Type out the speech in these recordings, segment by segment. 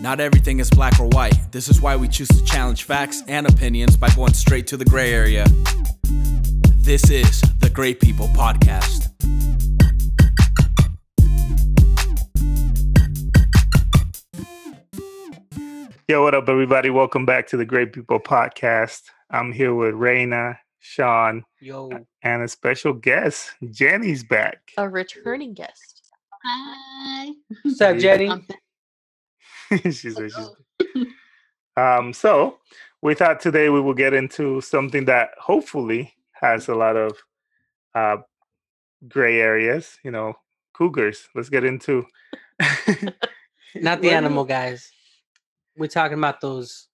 Not everything is black or white. This is why we choose to challenge facts and opinions by going straight to the gray area. This is the Great People Podcast. Yo, what up, everybody? Welcome back to the Great People Podcast. I'm here with Raina, Sean, Yo, and a special guest. Jenny's back. a returning guest. Hi. what's up, Yeah. Jenny? I'm back. she's, she's um, so we thought today we will get into something that hopefully has a lot of uh, gray areas. You know, cougars. Let's get into Not the What do animal guys. We're talking about those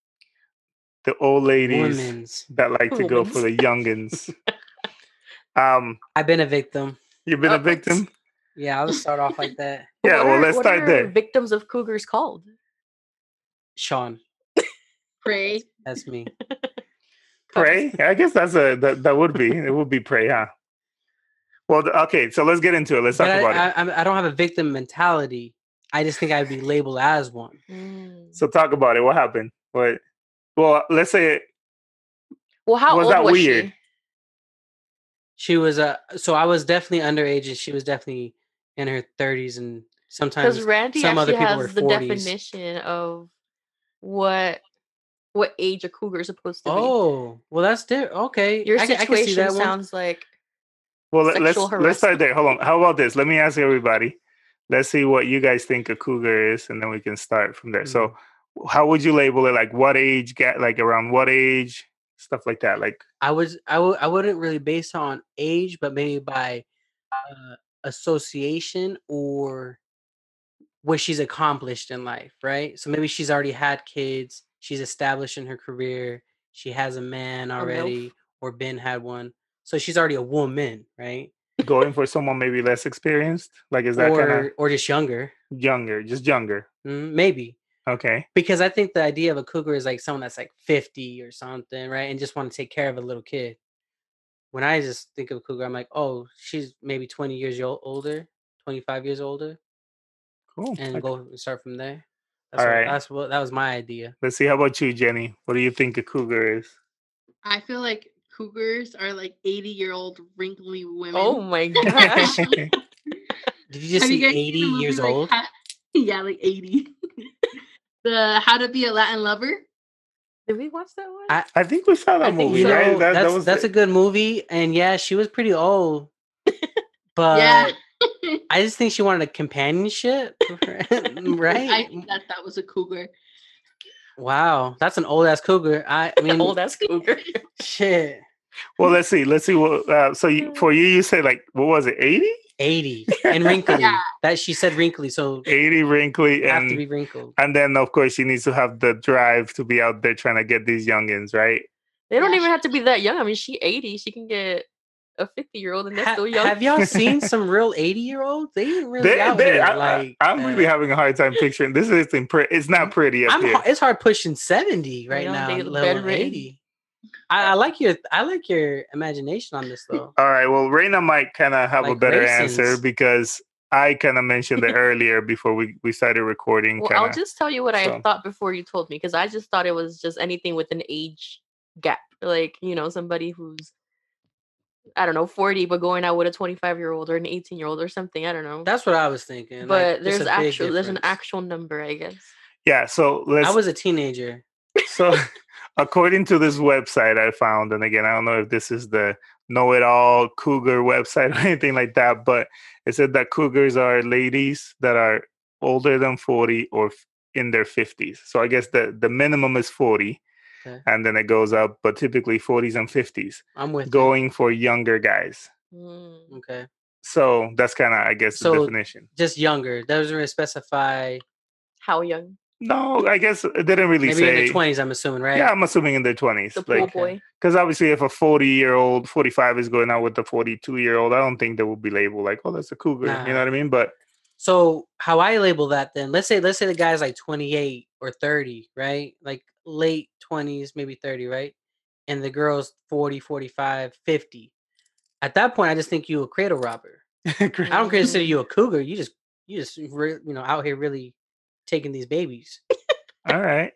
the old ladies women's. that like to go for the youngins. um, I've been a victim. you've been a Uh-oh. victim. Yeah, I'll start off like that. Yeah, What well, are- let's what start are there. Victims of cougars called. Sean, Pray. that's me. Prey? I guess that's a that, that would be it would be prey, huh? Well, th- okay, so let's get into it. Let's talk But I, about I, it. I'm- I don't have a victim mentality. I just think I'd be labeled as one. Mm. So talk about it. What happened? What? Well, let's say Well, how Was old that was weird? she? She was a so I was definitely underage, and she was definitely in her 30s and sometimes Because Randy some other actually people were has the 40s. definition of what what age a cougar is supposed to Oh, well, that's different. Okay, be. Your I can- I can see situation that one. sounds like well, let, let's Sexual let's start there. Hold on. How about this? Let me ask everybody. Let's see what you guys think a cougar is, and then we can start from there. So, Mm-hmm. how would you label it? Like what age? Get like around what age? Stuff like that. Like I was I w- I wouldn't really base it on age, but maybe by uh, association or what she's accomplished in life, right? So maybe she's already had kids, she's established in her career, she has a man Oh, milf. already, or Ben had one, so she's already a woman, right? going for someone maybe less experienced. Like is that Or kind of or just younger, younger? Just younger. mm, maybe. Okay. Because I think the idea of a cougar is like someone that's like 50 or something, right? And just want to take care of a little kid. When I just think of cougar, I'm like, oh, she's maybe 20 years yo- older, 25 years older, Cool. and Okay. go and start from there. That's All what, right. That's what that was my idea. Let's see. How about you, Jenny? What do you think a cougar is? I feel like cougars are like 80 year old wrinkly women. oh my gosh. Did you just Have you see guys 80 seen the movie, years like, old? How- yeah, like 80. the How to Be a Latin Lover. Did we watch that one? I- I think we saw that I think movie, so. right? That, that's that was that's a good movie, and yeah, she was pretty old, but yeah. I just think she wanted a companionship, right? I think that that was a cougar. wow, that's an old ass cougar. I, I mean, old ass cougar. shit, well. Let's see. Let's see. What uh, so you, for you, you said like what was it? 80? 80 and wrinkly. That she said wrinkly, so 80 wrinkly, have to be and wrinkled. and then of course she needs to have the drive to be out there trying to get these youngins, right? They don't Yeah, even have to be that young. I mean, she 80. She can get a 50 year old and that's Ha- still young. have y'all seen some real 80 year olds? They ain't really They- out they- here, I, like am really uh, having a hard time picturing this. Is in pre- it's not pretty up I'm here. har- it's hard pushing 70 right don't now, think it's let alone bedridden. 80. I, I like your I like your imagination on this though. All right. Well, Raina might kind of have a Like better answer raisins. because I kind of mentioned it earlier before we we started recording. Well, kinda. I'll just tell you what I so- thought before you told me because I just thought it was just anything with an age gap, like you know, somebody who's I don't know, forty but going out with a twenty-five year old or an eighteen-year-old or something. I don't know. That's what I was thinking. like, but it's there's a big actual there's an difference. actual number, I guess. yeah. So let's. I was a teenager. So, according to this website I found, and again, I don't know if this is the know it all cougar website or anything like that, but it said that cougars are ladies that are older than 40 or f- in their 50s. So, I guess the, the minimum is 40, Okay. and then it goes up, but typically 40s and 50s, I'm with you. going for younger guys. Mm. Okay. So, that's kind of, I guess, the So- definition. Just younger. That doesn't really specify How young? No, I guess it didn't really maybe in say. the twenties, I'm assuming, right? Yeah, I'm assuming in their 20s. The pool like, okay. boy. Because obviously, if a 40 year old, 45 is going out with a 42 year old, I don't think they will be labeled like, oh, that's a cougar. You know Nah. what I mean? But So how I label that then? Let's say let's say the guy's like 28 or 30, right? Like late 20s, maybe 30, right? And the girl's 40, 45, 50. At that point, I just think you a cradle robber. I don't consider you a cougar. You just you just re- you know out here really taking these babies. All right.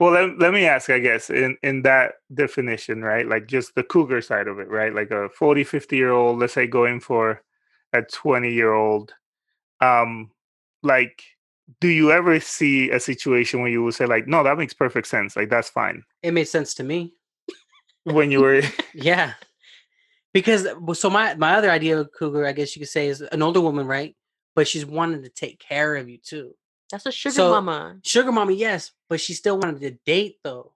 Well, let, let me ask, I guess, in, in that definition, right? Like just the cougar side of it, right? Like a 40, 50 year old, let's say going for a 20 year old. Um, like, do you ever see a situation where you would say, like, no, that makes perfect sense. Like, that's fine. It made sense to me. When you were, Yeah. Because well, so my my other idea of cougar, I guess you could say, is an older woman, right? But she's wanting to take care of you too. That's a sugar So- mama. Sugar mama, yes, but she still wanted to date though.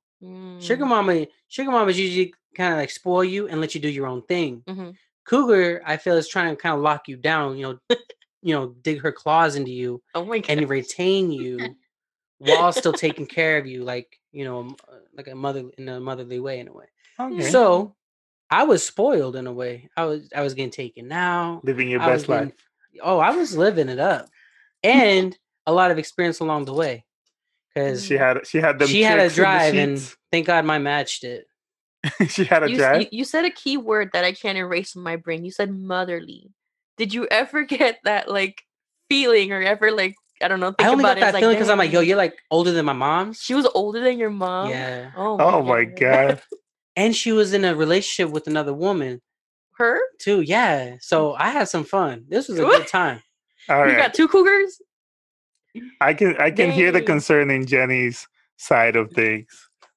Sugar Mm, mama, sugar mamas usually kind of like spoil you and let you do your own thing. Mm-hmm. mhm. Cougar, I feel, is trying to kind of lock you down. You know, you know, dig her claws into you Oh my god. and retain you while still taking care of you, like you know, m- uh, like a mother in a motherly way, in a way. okay. So I was spoiled in a way. I was I was getting taken out. living your I was best life. getting- oh, I was living it up, and a lot of experience along the way because She had, she had them. she had a chicks in the drive, and sheets. thank God my matched it. she had a you, s- drive. you, you said a key word that I can't erase from my brain. You said motherly. Did you ever get that like feeling or ever like I don't know? Think I only about got it, that it's like, feeling because I'm like, yo, "Dang, you're like older than my mom's. She was older than your mom. Yeah, Oh my, oh my God. and she was in a relationship with another woman Her? too. Yeah, so I had some fun. This was a good time. All you right. got two cougars? I can, I can hear the Dang. concern in Jenny's side of things.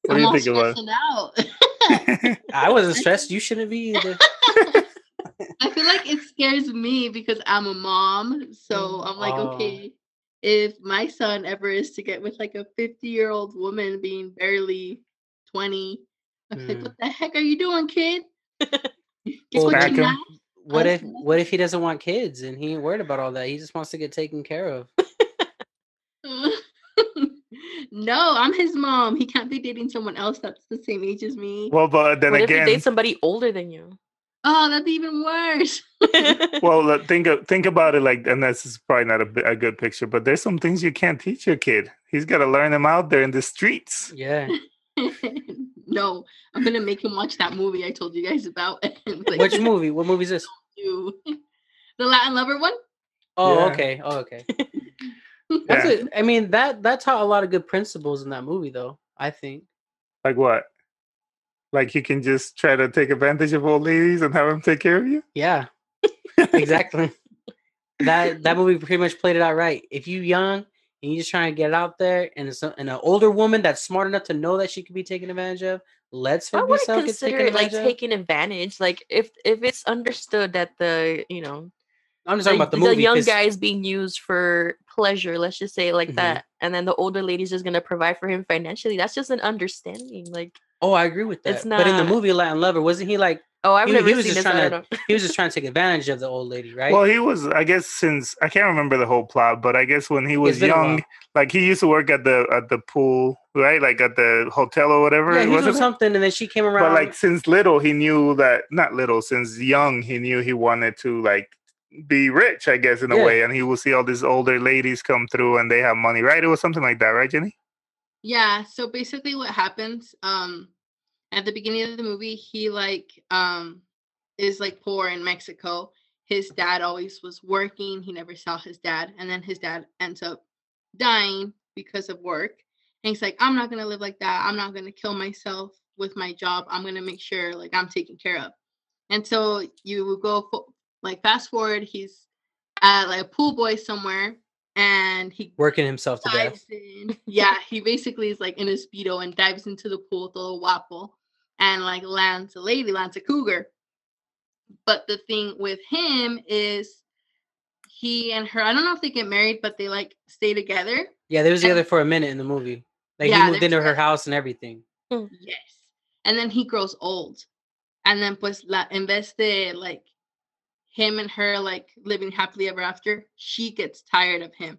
What do I'm you all think about? stressing out. I wasn't stressed. You shouldn't be either. I feel like it scares me because I'm a mom. So I'm like, Oh. okay, if my son ever is to get with like a 50 year old woman being barely 20, I'm like, Mm. what the heck are you doing, kid? Guess Well, what Smack you 'em. not? What if Honestly. what if he doesn't want kids and he ain't worried about all that? He just wants to get taken care of. no, I'm his mom. He can't be dating someone else that's the same age as me. Well, but then what if again, you date somebody older than you? oh, that'd be even worse. well, uh, think of, think about it like, and this is probably not a, bi- a good picture, but there's some things you can't teach your kid. He's got to learn them out there in the streets. Yeah. no, I'm gonna make him watch that movie I told you guys about. and, like, Which movie? What movie is this? you. The Latin lover one? Oh, Yeah. okay. Oh, okay. That's Yeah. a, I mean that that taught a lot of good principles in that movie, though. I think. Like what? Like you can just try to take advantage of old ladies and have them take care of you. Yeah. Exactly. that that movie pretty much played it out right. If you young and you just trying to get out there, and it's a, and an older woman that's smart enough to know that she could be taken advantage of, lets I her be wouldn't self get consider taken it like advantage. of. taking advantage. Like if if it's understood that the you know I'm just talking about the movie. young 'cause- guy is being used for pleasure, let's just say it like Mhm. that. And then the older lady's just gonna provide for him financially. That's just an understanding. Like, Oh, I agree with that. It's But in the not- movie Latin Lover, wasn't he like oh, I've He- he never was seen just this. trying I to- don't know. he was just trying to take advantage of the old lady, right? Well, he was, I guess, since I can't remember the whole plot, but I guess when he was been a while. young, like he used to work at the at the pool, right? Like at the hotel or whatever. yeah, he was wasn't doing it? something, and then she came around. But like since little, he knew that not little, since young, he knew he wanted to like be rich, I guess, in a Yeah. way. And he will see all these older ladies come through and they have money, right? It was something like that, right, Jenny? Yeah, so basically what happens um at the beginning of the movie he like um is like poor in Mexico. His dad always was working. He never saw his dad and then his dad ends up dying because of work. And he's like I'm not going to live like that. I'm not going to kill myself with my job. I'm going to make sure like I'm taken care of. And so you will go fo- like fast forward he's at like a pool boy somewhere and he working himself to death. dives in. Yeah, he basically is like in a speedo and dives into the pool with a little waffle and like lands a lady, lands a cougar. But the thing with him is he and her, I don't know if they get married, but they like stay together. Yeah, they was And- together for a minute in the movie. Like Yeah, he moved they're into her together. house and everything. Yes. And then he grows old. And then pues la en vez de like him and her like living happily ever after, she gets tired of him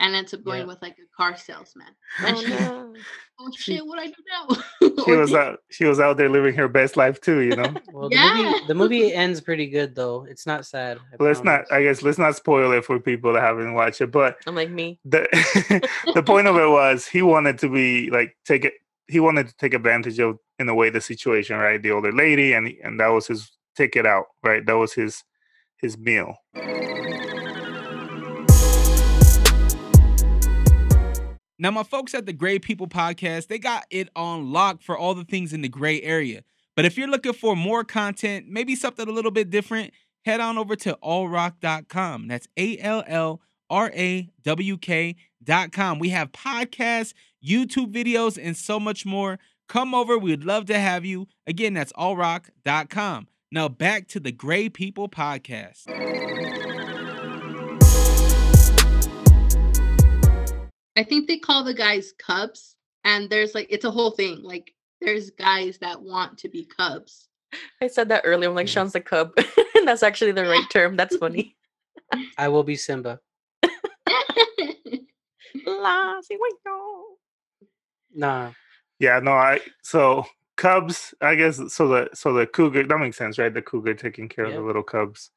and ends up going Yeah. with like a car salesman. And Oh, She- no. she's like, oh shit, what I do now? She Or was did- out she was out there living her best life too, you know? Well, the Yeah. movie the movie ends pretty good though. It's not sad. I let's not promise. I guess let's not spoil it for people that haven't watched it. But I'm like me. the the point of it was he wanted to be like take it he wanted to take advantage of in a way the situation right the older lady and and that was his ticket out right that was his his meal Now, my folks at the Gray People Podcast, they got it on lock for all the things in the gray area. But if you're looking for more content, maybe something a little bit different, head on over to allrock.com. That's A L L R A W K.com. We have podcasts, YouTube videos, and so much more. Come over. We'd love to have you. Again, that's allrock.com. Now, back to the Gray People Podcast. I think they call the guys cubs, and there's like it's a whole thing. Like there's guys that want to be cubs. I said that earlier. I'm like, Mm-hmm. Sean's a cub. That's actually the right term. That's funny. I will be Simba. La, si, bueno. Nah. Yeah, no, I so Cubs, I guess so the so the cougar that makes sense, right? The cougar taking care of Yep. the little cubs.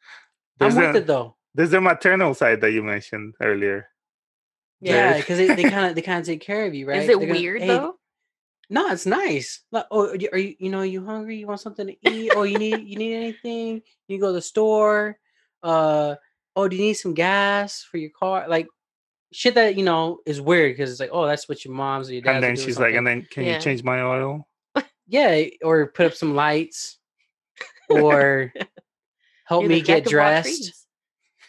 I'm There's with the, it though. there's the maternal side that you mentioned earlier. Yeah. Yeah, There's- because they kind of they kind of take care of you, right? Is it They're gonna- weird "Hey, though? No, it's nice. Like, oh, are you, are you you know you hungry? You want something to eat? Oh, you need you need anything? You go to the store. Uh, oh, do you need some gas for your car? Like shit that you know is weird because it's like, oh, that's what your mom's or your dad's. and are then doing she's like, something." and then can Yeah. you change my oil? yeah, eh, or put up some lights, or help You're the me jack get of all dressed.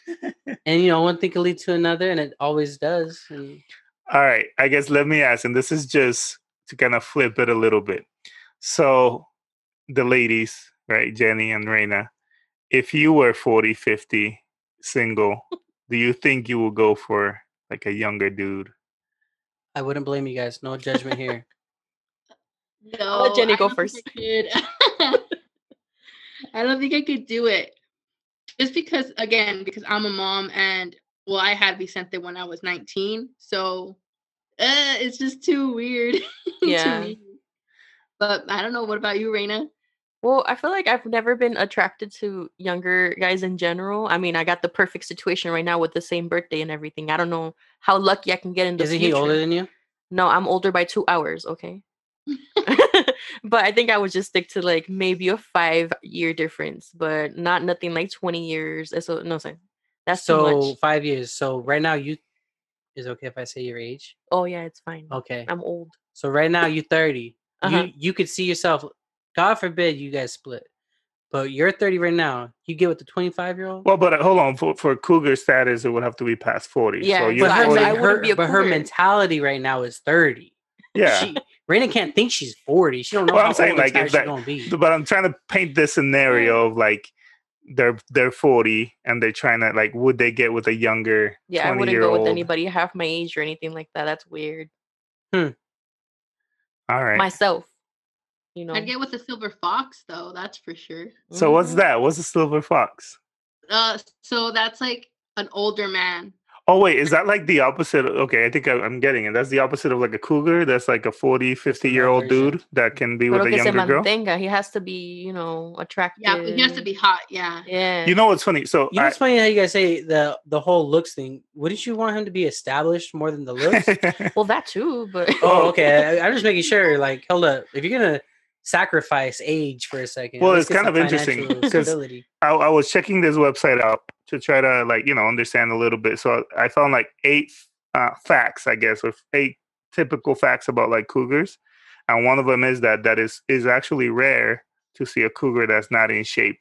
trades. And you know, one thing can lead to another, and it always does. And All right, I guess let me ask, and this is just to kind of flip it a little bit. So, the ladies, right, Jenny and Reina, if you were 40, 50, single, do you think you will go for like a younger dude? I wouldn't blame you guys. No judgment here. No, let Jenny I go don't think first. I, could. I don't think I could do it. Just because, again, because I'm a mom and, well, I had Vicente when I was 19. So uh, it's just too weird Yeah. to me. But I don't know. What about you, Raina? Well, I feel like I've never been attracted to younger guys in general. I mean, I got the perfect situation right now with the same birthday and everything. I don't know how lucky I can get in the Isn't future. he older than you? No, I'm older by two hours, okay? but I think I would just stick to like maybe a five year difference, but not nothing like 20 years. eh, So, no, sorry. That's so too much. five years. So right now you is it okay if I say your age. Oh, yeah, it's fine. Okay. I'm old. So right now you thirty. Um, Uh-huh. You you could see yourself. God forbid you guys split, but you're thirty right now. You get with the twenty five year old. Well, but uh, hold on, for, for cougar status, it would have to be past 40. Yeah, so but you're I'm her, saying 40, I men- wouldn't her- be a but her cougar. mentality right now is thirty. yeah. She, Raina can't think she's forty. She don't know Well, how I'm saying, old or like, if tired she's that- gonna be. Th- but I'm trying to paint this scenario Mm. of like they're they're 40 and they're trying to like would they get with a younger Yeah, I 20 wouldn't year go with old? anybody half my age or anything like that. That's weird. All right. Myself, you know. I'd get with a silver fox, though. That's for sure. so what's Mhm. that? What's a silver fox? Uh, so that's like an older man. Oh wait, is that like the opposite? Okay, I think I, I'm getting it. That's the opposite of like a cougar. That's like a 40, 50 year old version. dude that can be with Pero a que se younger girl. mantenga. He has to be, you know, attractive. Yeah, but he has to be hot. Yeah. Yeah. You know what's funny? So You know, I- it's funny how you guys say the the whole looks thing. Wouldn't you want him to be established more than the looks? well, that too, but oh, okay. I, I'm just making sure. Like, hold up. If you're gonna sacrifice age for a second, at Well, least it's get kind some of interesting, financial 'cause- stability. I, I was checking this website out to try to like you know understand a little bit. So I found like eight uh, facts, I guess, or eight typical facts about like cougars, and one of them is that that is is actually rare to see a cougar that's not in shape.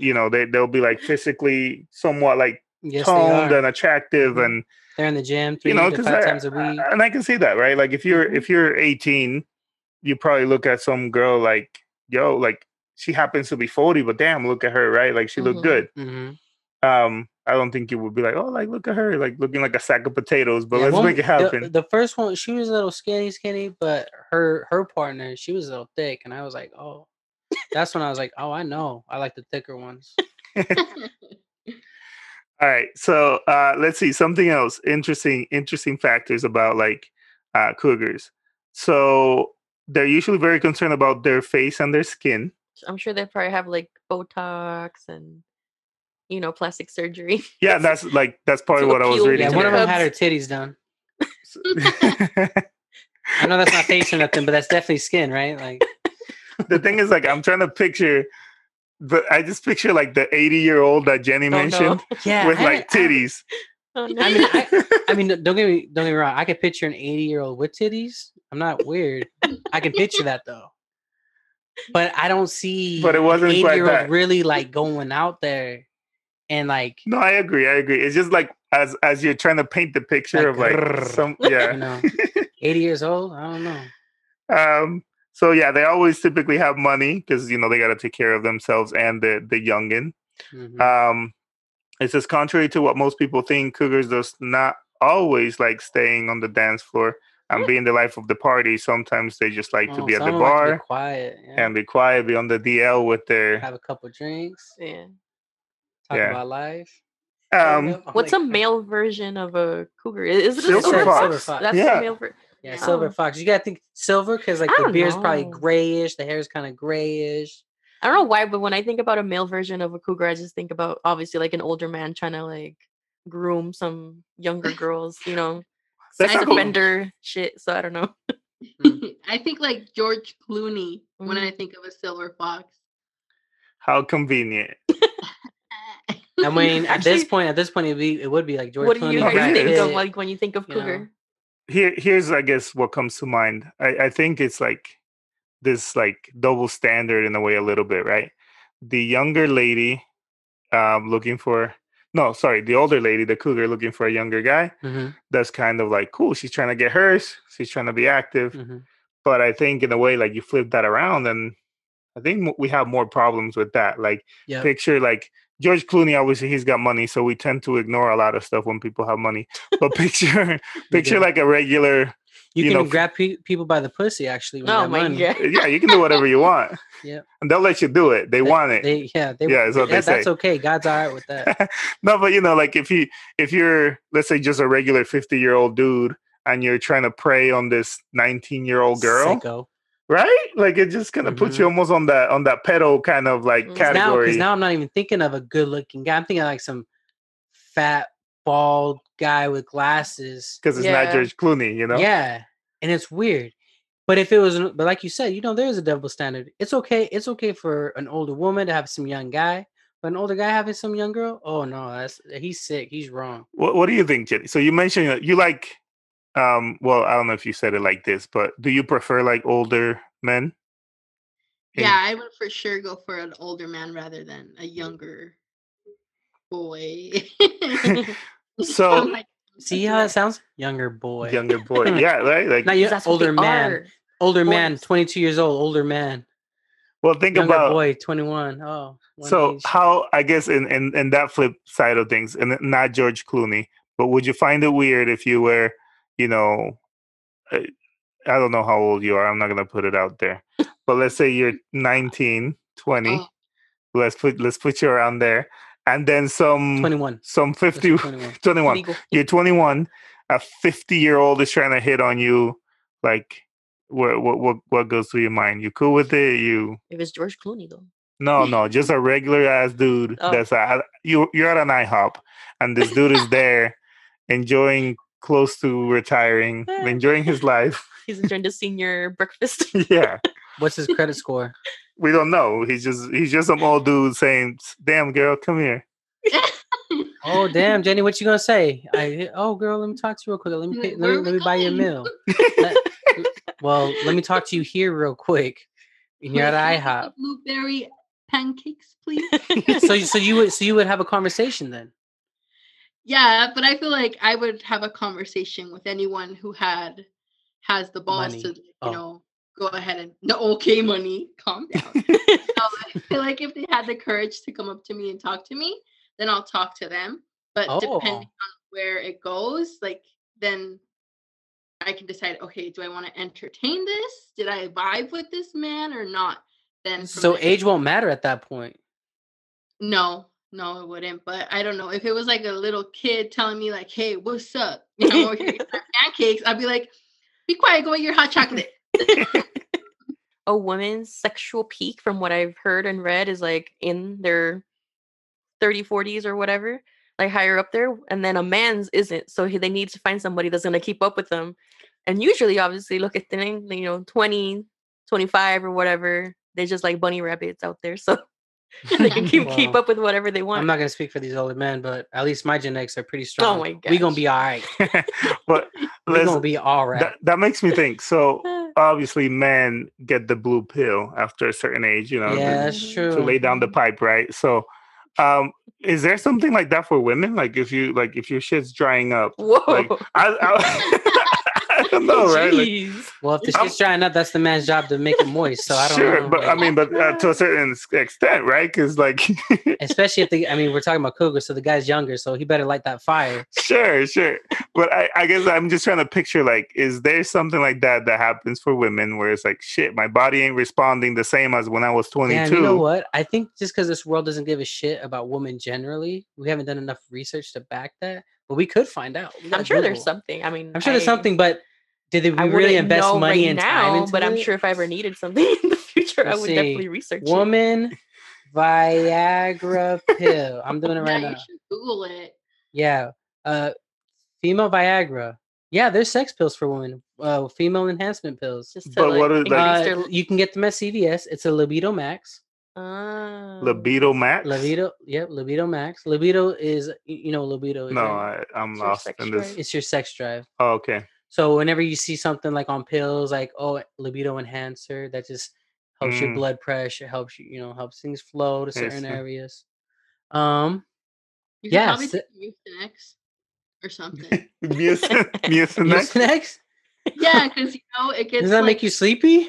you know, they they'll be like physically somewhat like Yes, they toned are. and attractive Mhm. and They're in the gym three you know to 'cause five I- times a week. Mm-hmm. and I can see that right. Like if you're Mhm. if you're 18, you probably look at some girl like yo like she happens to be 40, but damn, look at her right. Like she Mhm. looked good hmm um i don't think you would be like oh like look at her like looking like a sack of potatoes but Yeah, let's one- make it happen The, the first one, she was a little skinny, skinny, but her her partner, she was a little thick, and I was like, oh, that's when I was like, oh, I know, I like the thicker ones. all right so uh let's see something else interesting interesting factors about like uh cougars so they're usually very concerned about their face and their skin I'm sure they probably have like Botox and you know plastic surgery. yeah that's like that's probably To what i was appeal reading Yeah, to one of the them had her cubs. titties done. here. I know that's not face or nothing, but that's definitely skin, right? Like, the thing is like i'm trying to picture but i just picture like the 80 year old that jenny no. mentioned Oh, yeah, with I like haven't- I haven't- titties Oh, I no. mean, I, I mean, don't get me don't get me wrong. I can picture an eighty year old with titties. I'm not weird. I can picture that though. But I don't see. But it wasn't eighty quite year that. old really like going out there, and like No, I agree. I agree. It's just like as as you're trying to paint the picture Like, of like grrr. some you yeah. know, eighty years old. I don't know. Um. So yeah, they always typically have money because you know they got to take care of themselves and the the youngin. Mhm. Um, it says contrary to what most people think, cougars does not always like staying on the dance floor and being the life of the party. Sometimes they just like to Oh, be at the some of 'em like to be bar quiet, yeah. and be quiet, be on the DL with their um, have a couple drinks, yeah. talk Yeah. about life. um. What's a male version of a cougar? I- Is it a Silver silver fox. fox? Silver That's fox. the male ver- Yeah, Yeah. silver fox. You gotta think silver because like I the don't beard's probably know. grayish, the hair's kind of grayish. I don't know why, but when I think about a male version of a cougar, I just think about obviously like an older man trying to like groom some younger girls, you know, That's sex not cool. offender shit. So I don't know. Mm. I think like George Clooney when I think of a silver fox. How convenient. I mean, at this Actually- point, at this point, it'd be, it would be like George what do Clooney. you Clooney guys did think of it. like when you think of you know. cougar? here here's i guess what comes to mind I, I think it's like this like double standard in a way a little bit right the younger lady um looking for no sorry the older lady the cougar looking for a younger guy Mhm, that's kind of like cool she's trying to get hers she's trying to be active mhm. but i think in a way like you flip that around and i think mo- we have more problems with that like Yep. picture like George Clooney obviously he's got money, so we tend to ignore a lot of stuff when people have money. But picture picture do. like a regular you You, can know, grab pe- people by the pussy actually. With Oh that my money. god. yeah, you can do whatever you want. Yep. And they'll let you do it. They, They- want it. They, yeah, they, Yeah, is what they that- that's say. okay. God's all right with that. no, but you know, like if you if you're let's say just a regular 50 year old dude and you're trying to prey on this 19 year old girl, Sicko. right? Like it just kind of puts you almost on that on that pedal kind of like Mm. 'Cause Because Mm-hmm. now, category. because now I'm not even thinking of a good looking guy. I'm thinking like some fat, bald guy with glasses. Because it's Yeah. not George Clooney, you know. Yeah, and it's weird. But if it was, an- but like you said, you know, there is a double standard. It's okay. It's okay for an older woman to have some young guy, but an older guy having some young girl. Oh no, that's he's sick. He's wrong. What What do you think, Jenny? So you mentioned that you like, um, well, I don't know if you said it like this, but do you prefer like older men? in- Yeah, I would for sure go for an older man rather than a younger boy. So- I'm like, I'm See such a how it wreck. sounds? Younger boy, Younger boy, yeah, right. Like, not 'Cause you, that's what older they man, are. older man, boys. twenty two years old, older man, well, think younger about boy, twenty one. Oh, one so age. how i guess in, in in that flip side of things and not george clooney but would you find it weird if you were you know uh, i don't know how old you are i'm not going to put it out there but let's say you're 19 20 Oh. let's put let's put you around there and then some twenty one. some 50 21 Legal. you're 21 a 50 year old is trying to hit on you like what what what, what goes through your mind you cool with it you If it's George Clooney though. no, no, just a regular ass dude. Oh. That's a, you. You're at an IHOP, and this dude is there, enjoying close to retiring, Eh. enjoying his life. He's enjoying the senior breakfast. Yeah, What's his credit score? we don't know. He's just he's just some old dude saying, "Damn girl, come here." Oh damn, Jenny, what you gonna say? I oh girl, let me talk to you real quick. Let me Like, pay, let where me are let we me buy you a going? meal. Let- l- well, let me talk to you here real quick. And you're Like, at can I have IHOP. Blueberry pancakes, please. So you- so you would so you would have a conversation then. yeah, but I feel like I would have a conversation with anyone who had has the balls Money. to, like, you Oh. know, go ahead and no, okay, money, calm down. I feel like if they had the courage to come up to me and talk to me, then I'll talk to them. But depending Oh, where it goes, like then I can decide, okay, do I want to entertain this? Did I vibe with this man or not? Then from so there- age won't matter at that point. no, no, it wouldn't. But I don't know if it was like a little kid telling me like, hey, what's up? You know, we're here to have pancakes. I'd be like, be quiet, go get your hot chocolate. a woman's sexual peak from what i've heard and read is like in their 30 40s or whatever like higher up there and then a man's isn't so he, they need to find somebody that's going to keep up with them and usually obviously look at things you know 20 25 or whatever they're just like bunny rabbits out there so they can keep, Wow. keep up with whatever they want. I'm not gonna speak for these older men, but at least my genetics are pretty strong. Oh my we gonna gosh. be all right. but We let's, gonna be all right. that, that makes me think. So Uh, obviously, men get the blue pill after a certain age, you know, to- yeah, that's to true. Mm-hmm. to lay down the pipe, right? So, um, is there something like that for women? Like if you like if your shit's drying up, Whoa. like I, I, I don't know, right? Like, Jeez. Well, if the I'm- shit's drying up, that's the man's job to make it moist. So I don't sure, know. but I like, mean, but uh, to a certain s- extent, right? Because like, especially if the I mean, we're talking about cougar, so the guy's younger, so he better light that fire. sure, sure. But I, I guess I'm just trying to picture like, is there something like that that happens for women where it's like, shit, my body ain't responding the same as when I was 22. Damn, you know what? I think just because this world doesn't give a shit about women generally, we haven't done enough research to back that. But we could find out. We I'm gotta sure there's Google. something. I mean, I'm sure there's I- something, but did they, we I really wouldn't invest know money right and now, time into but I'm it? sure if I ever needed something in the future, I Let's would see. definitely research it. Woman Viagra pill. I'm doing it right yeah, now. you should Google it. Yeah. Uh female Viagra. Yeah, there's sex pills for women. Uh female enhancement pills. Just to But like, what is, increase like- Uh, their you can get them at CVS. It's a libido max. Ah. Libido max. Libido, yep, libido max. Libido is y- you know what libido is. No, right? I, I'm It's your lost sex in this. drive. it's your sex drive. Oh, okay. So whenever you see something like on pills, like oh libido enhancer, that just helps your Mm. blood pressure, helps you you know helps things flow to certain see. areas. Um, You Yeah, could probably sit- do Mucinex or something. Mucin- Mucinex. next, next. yeah, because you know it gets. Does that make like- you sleepy?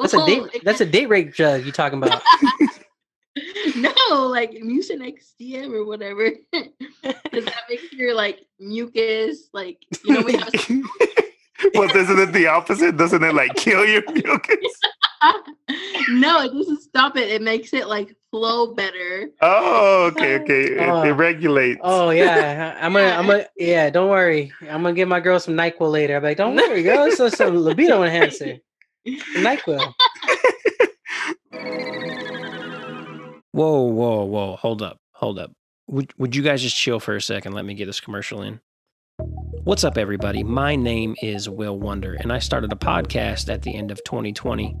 That's a Well, date. it That's a gets- date rape drug you talking about? no, like Mucinex DM or whatever. Does that make your like mucus? Like you know we have. well, isn't it the opposite? Doesn't it like kill your mucus? no, it doesn't stop it. It makes it like flow better. Oh, okay, okay. It, it Oh. regulates. Oh yeah, I- I'm gonna, I'm Yeah. gonna, yeah. Don't worry, I'm gonna give my girl some Nyquil later. I'm like, don't worry, girl, it's just some libido enhancer, Nyquil. Whoa, whoa, whoa. Hold up. Hold up. Would, would you guys just chill for a second? Let me get this commercial in. What's up, everybody? My name is Will Wonder, and I started a podcast at the end of 2020.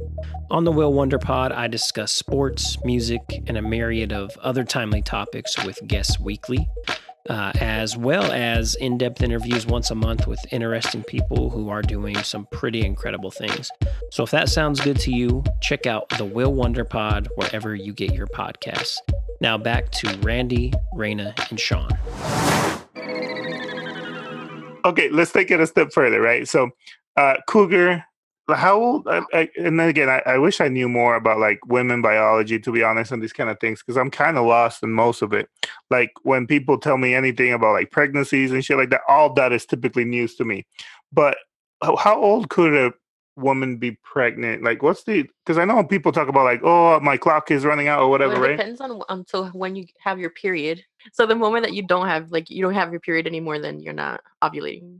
On the Will Wonder Pod, I discuss sports, music, and a myriad of other timely topics with guests weekly, uh, as well as in depth interviews once a month with interesting people who are doing some pretty incredible things. So if that sounds good to you, check out the Will Wonder Pod wherever you get your podcasts. Now back to Randy, Raina, and Sean. Okay, let's take it a step further, right? So, uh, cougar, how old? I, I, and then again, I, I wish I knew more about like women biology, to be honest, and these kind of things, because I'm kind of lost in most of it. Like when people tell me anything about like pregnancies and shit like that, all that is typically news to me. But how, how old could a woman be pregnant? Like, what's the? Because I know people talk about like, oh, my clock is running out or Well, whatever, it right? depends on until when you have your period. So the moment that you don't have, like, you don't have your period anymore, then you're not ovulating.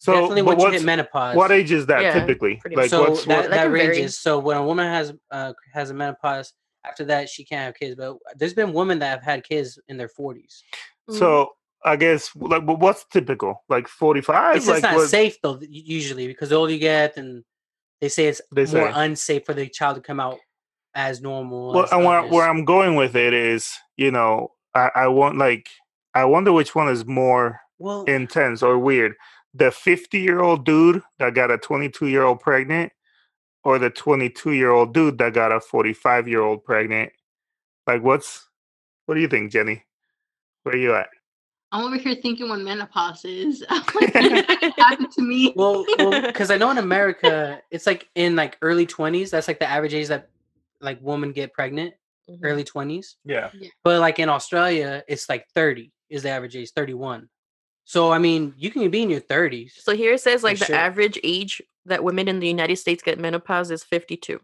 So, Definitely but once you hit what's- menopause. what age is that Yeah, typically? pretty Like, much. so what's that, what? that that can vary. ranges. So when a woman has uh, has a menopause, after that she can't have kids. But there's been women that have had kids in their 40s. Mm. Mhm. So I guess like wh- what's typical? Like forty five? It's just Like not what- safe though, u- usually, because the older you get, and they say it's They say. more unsafe for the child to come out as normal. well, as and where, where others. I'm going with it is, you know, I, I want like I wonder which one is more well, intense or weird. The fifty year old dude that got a twenty two year old pregnant, or the twenty two year old dude that got a forty five year old pregnant. Like what's what do you think, Jenny? Where you at? I'm over here thinking when menopause is. I'm like, it happened to me. well, because I know in America, it's like in like early 20s. That's like the average age that like women get pregnant, Mhm. early 20s. Yeah. But like in Australia, it's like 30 is the average age, 31. So I mean, you can be in your 30s. So here it says For like the sure. average age that women in the United States get menopause is 52.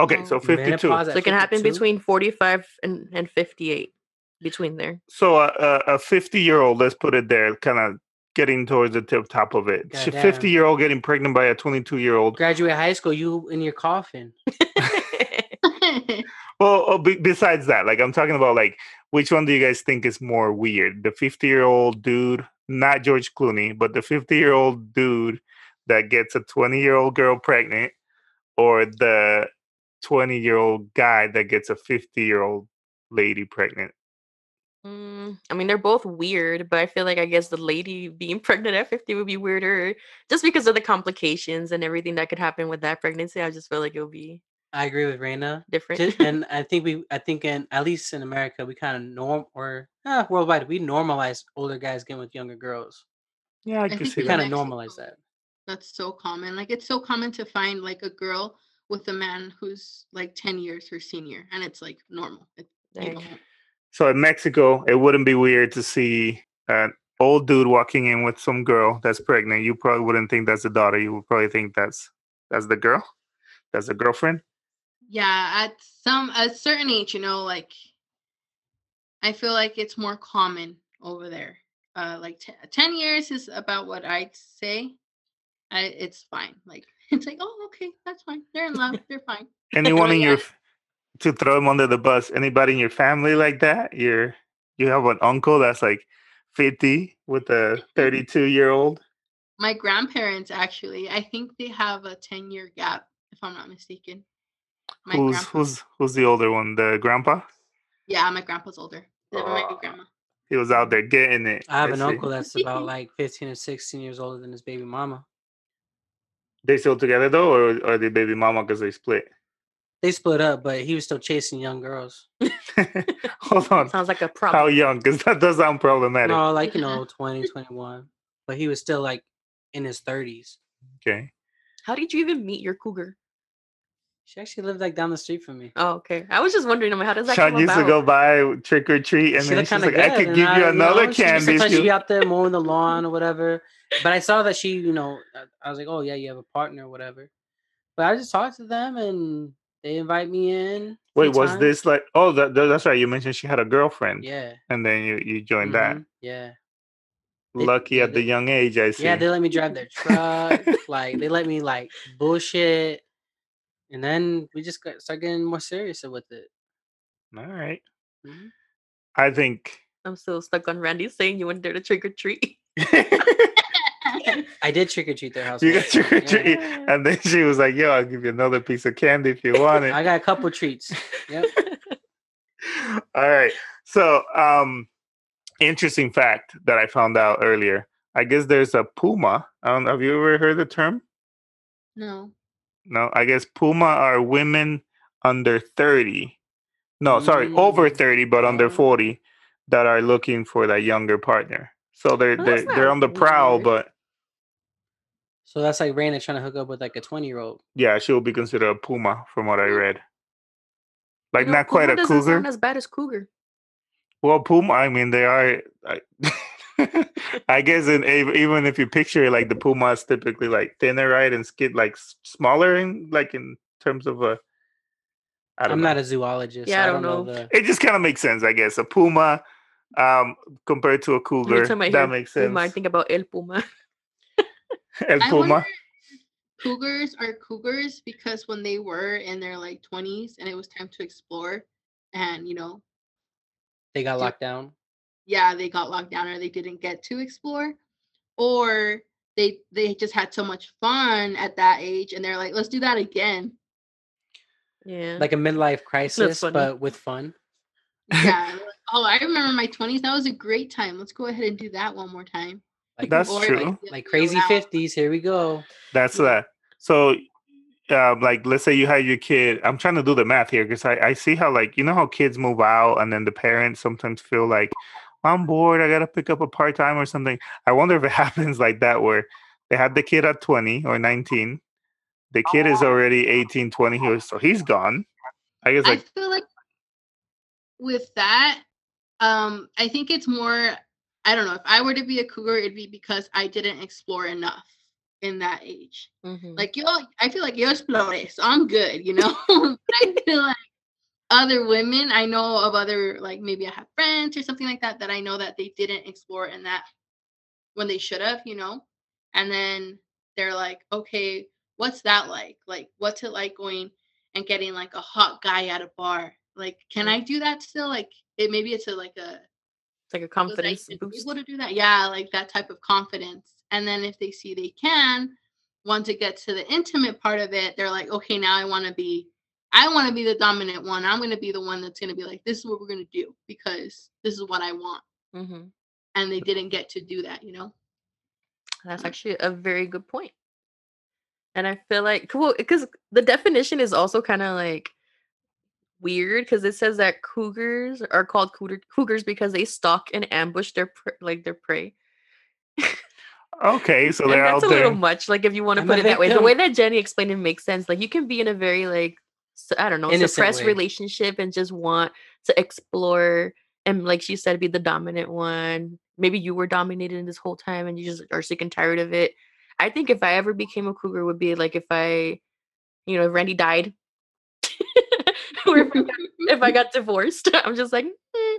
Okay, Oh. so fifty two. Menopause So at it can happen 52? between 45 and, and 58, between there. so a a fifty year old, let's put it there, kind of getting towards the tip top of it. Goddamn. Fifty year old getting pregnant by a twenty two year old. graduate high school, you in your coffin. Well, oh, be- besides that, like I'm talking about, like which one do you guys think is more weird? The fifty year old dude, not George Clooney, but the fifty year old dude that gets a twenty year old girl pregnant, or the 20 year old guy that gets a 50 year old lady pregnant. Mm, I mean, they're both weird, but I feel like I guess the lady being pregnant at 50 would be weirder just because of the complications and everything that could happen with that pregnancy. I just feel like it would be I agree with Raina. different. Ju- and I think we, I think in at least in America, we kind of norm or eh, worldwide, we normalize older guys getting with younger girls. Yeah, I, I can think see We Yeah. that. kind of Mexico. normalize that. That's so common. Like it's so common to find like a girl with a man who's like 10 years her senior and it's like normal. It, you Like, don't- So in Mexico, it wouldn't be weird to see an old dude walking in with some girl that's pregnant. You probably wouldn't think that's the daughter. You would probably think that's that's the girl, that's the girlfriend. yeah, at some a certain age, you know, like I feel like it's more common over there. Uh like te- 10 years is about what I say. I it's fine. Like it's like, "Oh, okay, that's fine. They're in love. They're fine." Anyone in your Oh, yeah. f- to throw him under the bus. Anybody in your family like that? You're you have an uncle that's like fifty with a thirty-two year old. My grandparents actually, I think they have a 10 year gap, if I'm not mistaken. My Who's grandpa, who's who's the older one? The grandpa. yeah, my grandpa's older than my Ah. grandma. He was out there getting it. I have I an see. uncle that's about like 15 or 16 years older than his baby mama. They still together though, or are they baby mama because they split? They split up, but he was still chasing young girls. Hold on. sounds like a How problem. young? Because that does sound problematic. No, like, you know, 20, 21. But he was still like in his 30s. Okay. How did you even meet your cougar? She actually lived like down the street from me. Oh, okay. I was just wondering, I'm like, how does that Sean come used about? to go by trick or treat, and She then looked she's kinda like, "I good, could and give you know, another she- candy." if Sometimes she'd you-" be out there mowing the lawn or whatever. But I saw that she, you know, I- I was like, oh yeah, you have a partner or whatever. But I just talked to them and they invite me in. a Wait, few was times. this like? Oh, that, that- that's right. You mentioned she had a girlfriend, Yeah. and then you you joined that. mhm, Yeah. They- Lucky yeah, at the they- young age, I see. Yeah, they let me drive their truck. like they let me like bullshit, and then we just got, start getting more serious with it. All right. Mhm. I think. I'm still stuck on Randy saying you went there to trick or treat. I did trick or treat their house. You one got time, trick or yeah. treat, and then she was like, "Yo, I'll give you another piece of candy if you want it." I got a couple treats. Yep. eh, All right. So, um, interesting fact that I found out earlier. I guess there's a puma. Um, have you ever heard the term? No. No, I guess puma are women under 30. No, sorry, over Mm. 30, but under Oh. 40 that are looking for that younger partner. So they're, Well, they're, Oh, that's they're not on the prowl, weird. but So that's like Raina trying to hook up with like a twenty year old. yeah, she will be considered a puma from what I read. Like, You know, not quite Mm. puma a doesn't cougar. Sound as bad as cougar. Well, Puma, I mean, they are. I, I guess, in, ev- even if you picture it, like the Puma is typically like thinner, right, and skid like s- smaller, in like in terms of a. I don't I'm know. not a zoologist. Yeah, so I don't know. the. It just kind of makes sense, I guess. A Puma, um, compared to a cougar, Every time I hear that makes sense. puma, I think about El Puma. El I Puma. wonder if cougars are cougars because when they were in their like 20s and it was time to explore and you know, They got locked down. yeah, they got locked down or they didn't get to explore or they they just had so much fun at that age and they're like, "Let's do that again." Yeah. Like a midlife crisis, funny. but with fun. Yeah. they're like, oh, I remember my 20s. That was a great time. Let's go ahead and do that one more time. Like That's or, true. Like, the like other way crazy around. fifties. Here we go. That's that. So, um, like, let's say you had your kid. I'm trying to do the math here because I, I see how, like, you know how kids move out and then the parents sometimes feel like, I'm bored. I got to pick up a part time or something. I wonder if it happens like that where they had the kid at 20 or 19. The kid Oh. is already 18, 20. He was, so he's gone. I guess, I like, feel like with that, um, I think it's more. I don't know. If I were to be a cougar, it'd be because I didn't explore enough in that age. Mhm. Like yo, I feel like yo explore, so I'm good, you know. But I feel like other women, I know of other like maybe I have friends or something like that that I know that they didn't explore in that when they should have, you know. And then they're like, okay, what's that like? Like, what's it like going and getting like a hot guy at a bar? Like, can I do that still? Like, it maybe it's a like a it's like a was I confidence should be boost. able to do that. Yeah, like that type of confidence. And then if they see they can, once it gets to the intimate part of it, they're like, okay, now I want to be I want to be the dominant one. I'm going to be the one that's going to be like, this is what we're going to do because this is what I want. Mm-hmm. And they didn't get to do that, you know? That's actually a very good point. And I feel like cool because the definition is also kind of like weird because it says that cougars are called cougar- cougars because they stalk and ambush their pr- like their prey. Okay, so And they're out that's a there. little much. Like if you want to I'm put a it that way, the way victim. that Jenny explained it makes sense. Like you can be in a very like s- I don't know Innocent suppressed way. relationship and just want to explore and like she said, be the dominant one. Maybe you were dominated this whole time and you just are sick and tired of it. I think if I ever became a cougar would be like if I, you know, if Randy died, or if I, got, if I got divorced. I'm just like, "Hmm,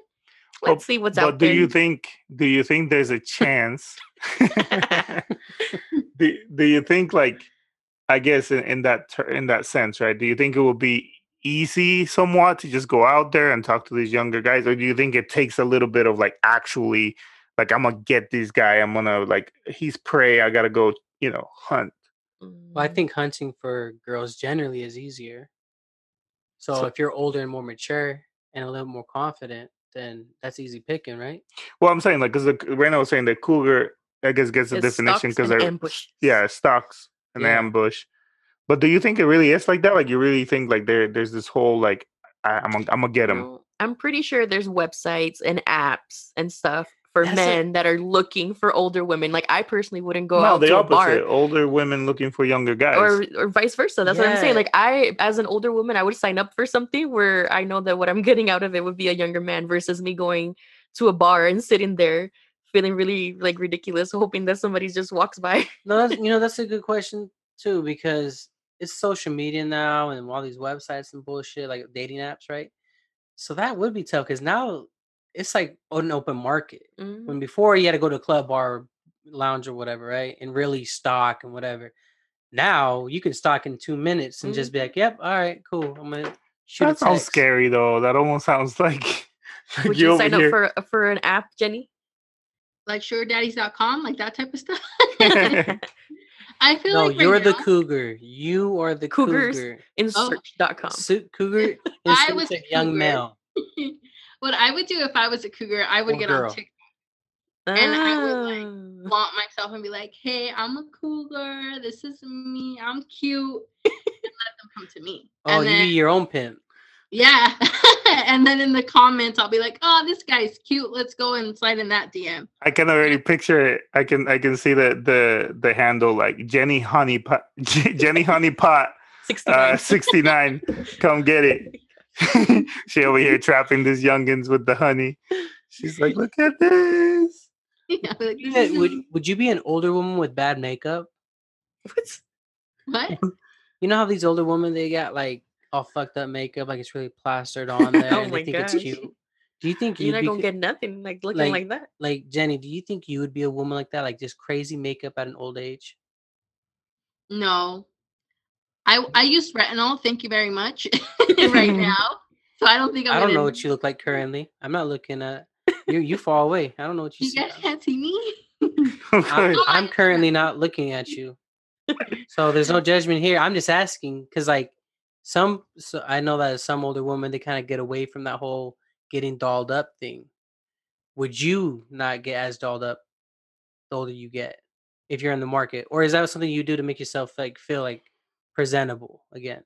Oh, let's see what's but out do there. you think do you think there's a chance? do, do you think like I guess in, in that ter- in that sense, right? Do you think it will be easy somewhat to just go out there and talk to these younger guys, or do you think it takes a little bit of like actually like I'm gonna get this guy, I'm gonna like he's prey, I gotta go, you know, hunt. Well, I Mm. think hunting for girls generally is easier. So, So- if you're older and more mature and a little more confident, then that's easy picking, right? Well, I'm saying like because Reno was saying that cougar, I guess, gets the It definition stalks because and they're ambushes. yeah stocks and Yeah. ambush. But do you think it really is like that? Like you really think like there there's this whole like I, I'm gonna- I'm gonna get him. No, I'm pretty sure there's websites and apps and stuff for That's it. men that are looking for older women. Like I personally wouldn't go No, out the to a opposite. bar Older women looking for younger guys. or or vice versa. That's what I'm saying. Yeah. Like I as an older woman, I would sign up for something where I know that what I'm getting out of it would be a younger man versus me going to a bar and sitting there feeling really like ridiculous hoping that somebody just walks by. No, that's, you know that's a good question too because it's social media now and all these websites and bullshit like dating apps, right? So that would be tough because now it's like an open market. Mm-hmm. Mm, When before you had to go to a club bar, lounge or whatever, right, and really stock and whatever. Now you can stock in two minutes Mm-hmm. and just be like, "Yep, all right, cool." I'm gonna shoot. that a sounds text." scary though. That almost sounds like, like Would you you over sign up here. for for an app, Jenny? Like suredaddies.com, like that type of stuff. I I feel No, like right you're the now, cougar. You are the Cougars. cougar. In Oh. search.com. Suit cougar. in I suits was of the young cougar. male. what I would do if I was a cougar, I would Or get girl. on TikTok, And I would, like, Ah. Uh, flaunt myself, and be like, "Hey, I'm a cougar. This is me. I'm cute." and let them come to me. Oh, and you then, be your own pimp. yeah. and then in the comments, I'll be like, "Oh, this guy's cute. Let's go and slide in that DM." can already picture it. I can I can see the the the handle like Jenny Honey Pot Jenny Honey Pot uh, 69. 69. Come get it. she over here trapping these youngins with the honey. She's like, look at this. I'll be like, You "This get- is would, Mm-hmm. me." would you be an older woman with bad makeup? What's- what? You know how these older women they got like all fucked up makeup, like it's really plastered on there, Oh and my they think gosh. it's cute. Do you think You're you'd not be gonna get nothing like looking like- like, that. like Jenny? Do you think you would be a woman like that, like just crazy makeup at an old age? No. I I use retinol. Thank you very much. right now, so I don't think I'm I don't gonna- know what you look like currently. I'm not looking at you. You far away. I don't know what you You see. guys can't see me. I'm, Uh, Like, Oh, I I'm see. currently not looking at you. So there's no judgment here. I'm just asking because, like, some so I know that some older women they kind of get away from that whole getting dolled up thing. Would you not get as dolled up the older you get if you're in the market, or is that something you do to make yourself like feel like presentable again?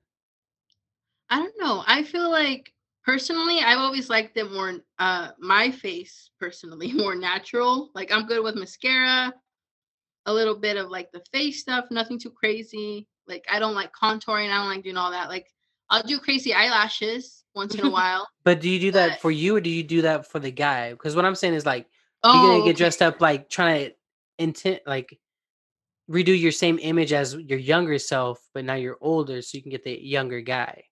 I don't know. I feel like personally, I've always liked it more uh my face personally more natural. Like I'm good with mascara, a little bit of like the face stuff, nothing too crazy. Like I don't like contouring, I don't like doing all that. Like I'll do crazy eyelashes once in a while. But do you do that But- for you, or do you do that for the guy? Because what I'm saying is like Oh, you're gonna get okay. dressed up like trying to intent like redo your same image as your younger self, but now you're older, so you can get the younger guy.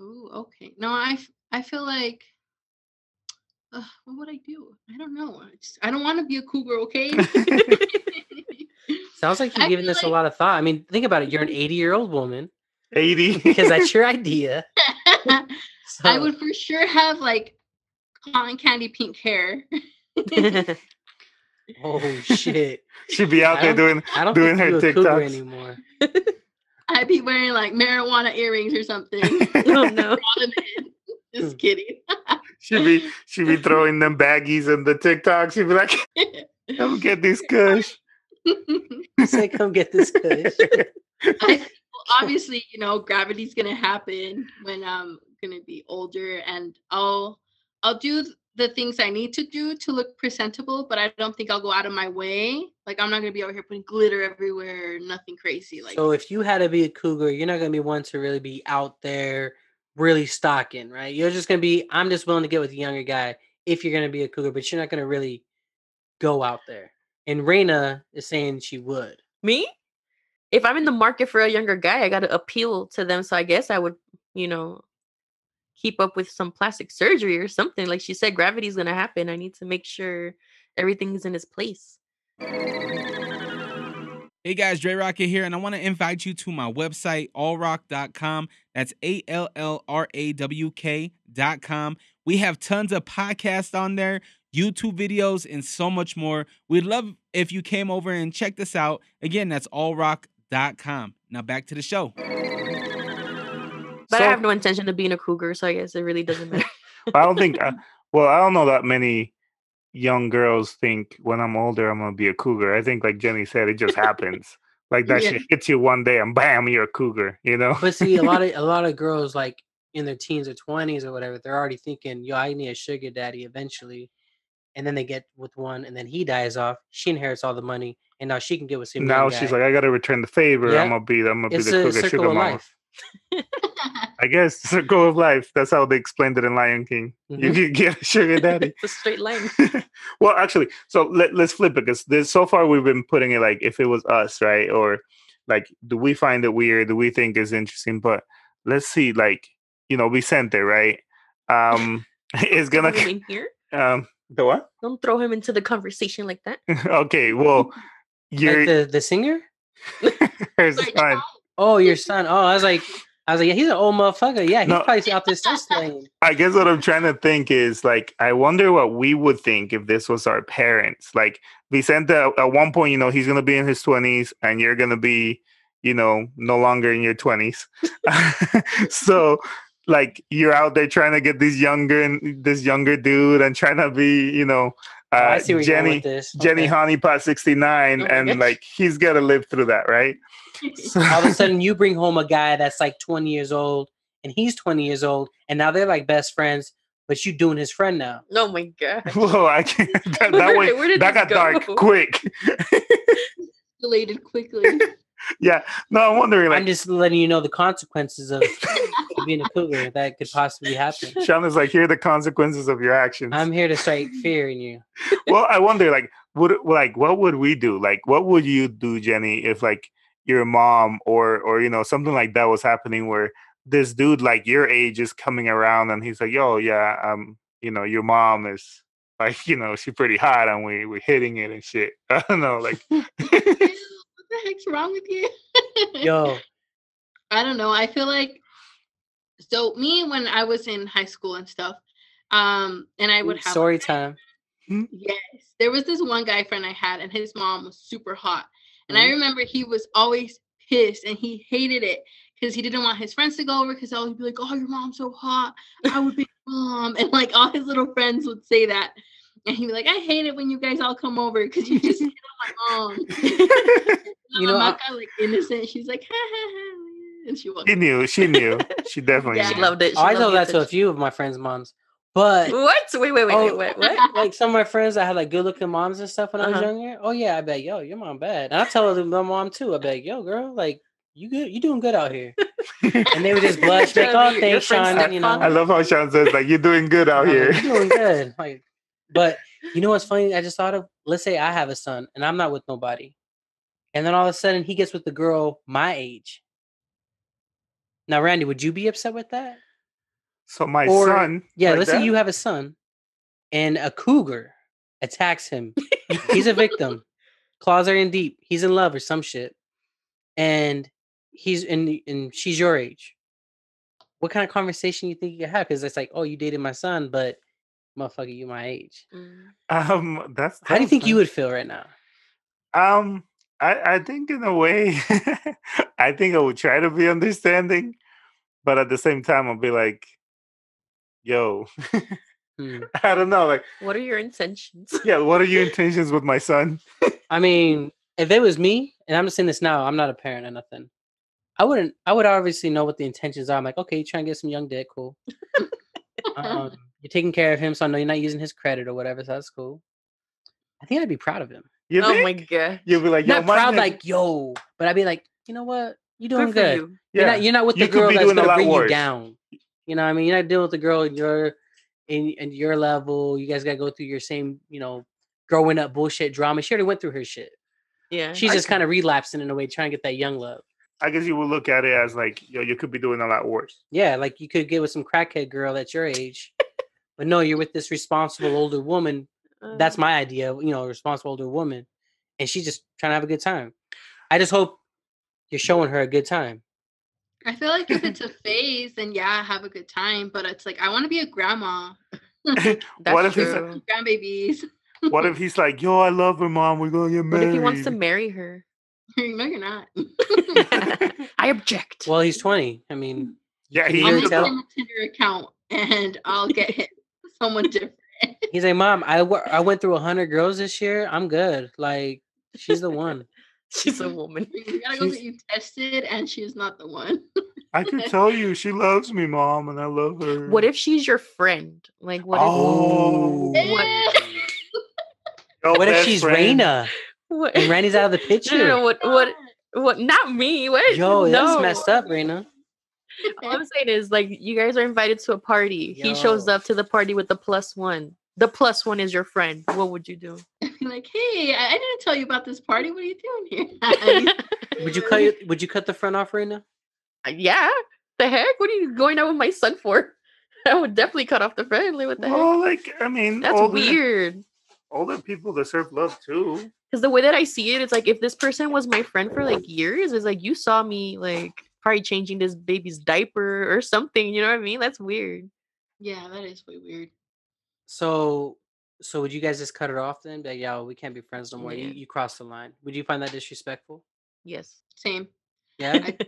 Ooh, okay. No, I f- I feel like Ugh, what would I do? I don't know. I just I don't want to be a cougar, okay? Sounds like I you're giving feel this a like- Mm-hmm. lot of thought. I mean, think about it. You're an 80 year old woman 80. because that's your idea. So I would for sure have like cotton candy pink hair. Oh shit! She'd be out I there don't- doing I don't Doing think her you're a cougar TikToks. anymore. I I'd be wearing like marijuana earrings or something. Oh no. Just kidding. She'd be she'd be throwing them baggies in the TikTok. She'd be like, "Come get these kush." Say, come get this kush. Well, obviously, you know, gravity's gonna happen when I'm gonna be older, and I'll I'll do th- the things I need to do to look presentable, but I don't think I'll go out of my way. Like I'm not gonna be out here putting glitter everywhere, nothing crazy. Like so if you had to be a cougar, you're not gonna be one to really be out there really stalking, right? You're just gonna be, I'm just willing to get with the younger guy if you're gonna be a cougar, but you're not gonna really go out there. And Raina is saying she would. Me? If I'm in the market for a younger guy, I gotta appeal to them. So I guess I would, you know, keep up with some plastic surgery or something. Like she said, gravity's gonna happen. I need to make sure everything's in its place. Hey guys, Dre Rocket here, and I want to invite you to my website, allrock.com. That's A L L R A W K.com. We have tons of podcasts on there, YouTube videos, and so much more. We'd love if you came over and checked us out. Again, that's allrock.com. Now back to the show. But I So- have no intention of being a cougar, so I guess it really doesn't matter. I don't think. I, well, I don't know that many young girls think when I'm older I'm gonna be a cougar. I think, like Jenny said, it just happens. Like that Yeah. shit hits you one day and bam, you're a cougar. You know. But see, a lot of a lot of girls like in their teens or twenties or whatever, they're already thinking, "Yo, I need a sugar daddy eventually," and then they get with one, and then he dies off. She inherits all the money, and now she can get with some. young now she's guy. like, I gotta return the favor. Yeah. I'm gonna be. I'm gonna be "It's the a cougar circle sugar of mama. life." I guess circle of life. That's how they explained it in Lion King. You Mhm. can get a sugar daddy. it's a straight line. well, actually, so let, let's flip it because this so far we've been putting it like if it was us, right? Or like, do we find it weird? Do we think it's interesting? But let's see, like, you know, Vicente, right? Um, is Throw gonna him in here. um the what? Don't throw him into the conversation like that. okay, well, Like your the the singer? your son, Oh, your son. Oh, I was like, I was like, yeah, he's an old motherfucker. Yeah, he's No. probably out there sex lane. I guess what I'm trying to think is like, I wonder what we would think if this was our parents. Like Vicente, at at one point, you know, he's gonna be in his 20s, and you're gonna be, you know, no longer in your 20s. so, like, you're out there trying to get this younger and this younger dude, and trying to be, you know, uh, Oh, I see where you're going Jenny, with this. Jenny Okay. Honeypot 69, Oh my and gosh. like, he's gotta live through that, right? all of a sudden you bring home a guy that's like 20 years old and he's 20 years old and now they're like best friends but you doing his friend now Oh my god. Whoa, I can't. That, Where that did- went- where did that this got dark go? quick. Related quickly. Yeah. No, I'm wondering, like, i'm just letting you know the consequences of being a cougar that could possibly happen Sean is like, here are the consequences of your actions. i'm here to strike fear in you well, I wonder, like, would like what would we do? Like, what would you do, Jenny, if like your mom or or you know something like that was happening where this dude like your age is coming around and he's like, yo, yeah, um, you know, your mom is like, you know, she's pretty hot and we we're hitting it and shit. I don't know, like, what the heck's wrong with you? yo I don't know. I feel like so me when I was in high school and stuff, um, and I would have story time Yes. There was this one guy friend I had, and his mom was super hot. And I Mhm. remember he was always pissed and he hated it because he didn't want his friends to go over because he'd be like, Oh, your mom's so hot. I would be your mom. And like all his little friends would say that. And he'd be like, I hate it when you guys all come over because you just hit on my mom. You know, I- Mamaka, like innocent. She's like, ha ha ha. And she walked. she knew, she knew, she definitely Yeah. She knew. loved it. She Oh, i loved told the that to a attention. few of my friends moms but What? Wait, wait, wait, Oh. wait, wait, what? like some of my friends that had like good looking moms and stuff when I was Uh-huh. younger. Oh yeah, I bet yo, your mom bad. And I tell them my mom too. I bet yo, girl, like you good, you doing good out here. and they would just blush, like, Your- oh your thanks, friend's Sean. You know, I stepfather. love how Sean says like you're doing good out I'm here. like, you doing good. Like, but you know what's funny? I just thought of. Let's say I have a son and I'm not with nobody, and then all of a sudden he gets with the girl my age. Now, Randy, would you be upset with that? So my Or- son, Yeah, like let's that? say you have a son and a cougar attacks him. He's a victim. Claws are in deep. He's in love or some shit. And he's in and she's your age. What kind of conversation you think you could have? Because it's like, oh, you dated my son, but motherfucker, you my age. Mm. Um, that's How do you tough, think you man. would feel right now? Um, I, I think in a way, I think I would try to be understanding, but at the same time, I'll be like, yo, Hmm. I don't know. Like, What are your intentions? yeah, what are your intentions with my son? I mean, if it was me, and I'm just saying this now, I'm not a parent or nothing. I wouldn't. I would obviously know what the intentions are. I'm like, okay, you're trying to get some young dick, cool. um, you're taking care of him, so I know you're not using his credit or whatever. So that's cool. I think I'd be proud of him. You oh think? my god. You'll be like, yo, not my proud, nigga- like yo, but I'd be like, you know what, you're doing Good for good. you. You're not. You're not with You the could girl be that's doing a gonna lot bring you worse. down. You know, what I mean, you're not dealing with a girl in your in in your level. You guys gotta go through your same, you know, growing up bullshit drama. She already went through her shit. Yeah. She's I just kind of relapsing in a way, trying to get that young love. I guess you would look at it as like, yo, you could be doing a lot worse. Yeah, like you could get with some crackhead girl at your age, but no, you're with this responsible older woman. Uh, That's my idea, of, you know, a responsible older woman, and she's just trying to have a good time. I just hope you're showing her a good time. I feel like if it's a phase, then yeah, have a good time. But it's like I want to be a grandma, That's what if he's a- true. grandbabies. What if he's like, yo, I love her, mom. We're going to get What married. if he wants to marry her? Mm, no, you're not. I object. Well, he's 20. I mean, Yeah, Can he you I'll is really make tell? him a Tinder account, and I'll get him someone different. he's like, Mom, I, w- I went through 100 girls this year. I'm good. Like, she's the one. She's a woman. You gotta go She's- get you tested, and she's not the one. I could tell you she loves me, mom, and I love her. What if she's your friend? Like what Oh, What- yo, What if best she's friend. Raina if what and Randy's out of the no, no, picture? no, what what what not me. What Yo, no. that's messed up, Raina. All I'm saying is like you guys are invited to a party. He shows Yo. up to the party with the plus one. The plus one is your friend. What would you do? like, hey, I, I didn't tell you about this party. What are you doing Uh-uh. here? Would you cut your, would you cut the front off, Raina? yeah. The heck? What are you going out with my son for? I would definitely cut off the friend. Like, what the heck? Well, like, I mean, That's Oh, older, weird. older people deserve love too. Because the way that I see it, it's like if this person was my friend for like years, it's like you saw me like probably changing this baby's diaper or something. You know what I mean? That's weird. yeah, that is way weird. So, so would you guys just cut it off then? Be Like, yo, we can't be friends no more. You, Yeah. you crossed the line. Would you find that disrespectful? Yes. Same. Yeah. I-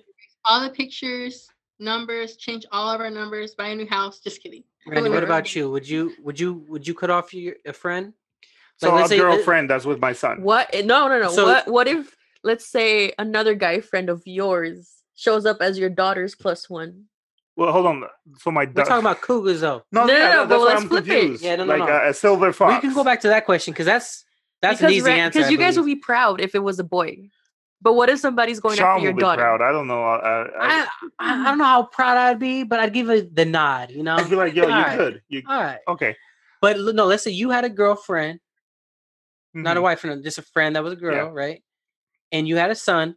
all the pictures, numbers, change all of our numbers, buy a new house. Just kidding. Randy, what whatever. about you? Would you would you would you cut off your a friend? So let's a say that- girlfriend that's with my son. What? eh, No, no, no. So- what? What if let's say another guy friend of yours shows up as your daughter's plus one? Well, hold on. So my We're dog. talking about cougars though. no, No, yeah, no, that- no, but that's why let's I'm flip it. confused. Yeah, no, no, like no. A, a silver fox. We can go back to that question because that's that's an easy ra- answer. I you guys would believe. be proud if it was a boy. But what if somebody's going Sean after your will be daughter? proud. I don't know. I, I, I, I, I I don't know how proud I'd be, but I'd give it the nod. You know. I'd be like, yo, you Alright. could. You All right, okay? but l- no. Let's say you had a girlfriend, not a Mhm. wife, friend, just a friend that was a girl, right? And you had a son,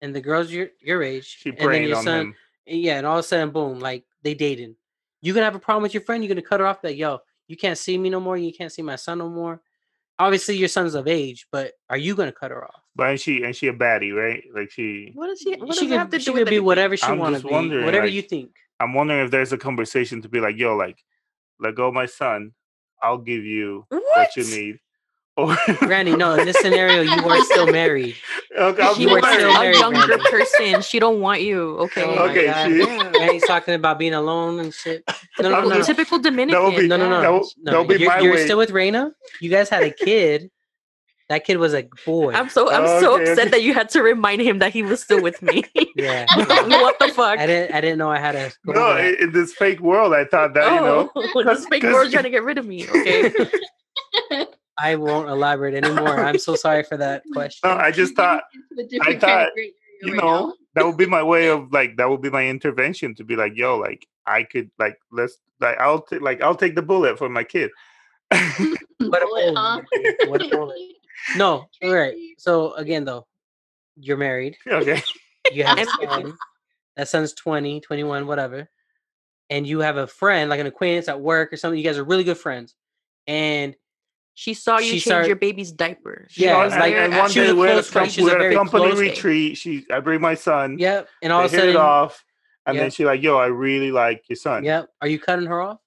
and the girl's your your age, She and then brained your on son, eh, him. yeah, and all of a sudden, boom, like they dating. You gonna have a problem with your friend? You're gonna cut her off? That yo, you can't see me no more. You can't see my son no more. Obviously, your son's of age, but are you gonna cut her off? But and she and she a baddie, right? Like she. What does she? What she does it could, have to she do could with be anything? whatever she I'm want just to be, wondering, whatever like- you think. I'm wondering if there's a conversation to be like, yo, like, let go of my son. I'll give you what, What? you need. Or Granny, no, in this scenario, you are still married. okay, I'll be She You are wants married. still a married, younger Brandon. person. She don't want you. Okay. Oh my Okay, God. she- Granny's talking about being alone and shit. No, no, I'm no, no. just- Oh, Typical Dominican. be- no, no, no. That will- no. that'll be you're my you're way. still with Raina. You guys had a kid. That kid was a boy. I'm so I'm so Oh, Okay, upset okay. that you had to remind him that he was still with me. yeah, what the fuck? I didn't. I didn't know I had a. go No, over that. in, in this fake world, I thought that you know. Oh, this fake Cause- world trying to get rid of me. Okay. I won't elaborate anymore. I'm so sorry for that question. No, I just thought I thought, you know that would be my way of like that would be my intervention to be like, yo, like I could like let's like I'll t- like I'll take the bullet for my kid. What a Uh, bullet. What a bullet. No, all right. So again, though, you're married. okay, You have a Empathy. son. That son's 20, 21, whatever. And you have a friend, like an acquaintance at work or something. You guys are really good friends. And She saw you She change saw- your baby's diaper. She Yeah, was and, like, there and one at she day your- was a we're at a, close friend, com- she's a we're at very a company close- retreat. She, I bring my son. yep. And all Mm-hmm. they of a hit it sudden, off, and yeah. then she's like, yo, I really like your son. yep. Are you cutting her off?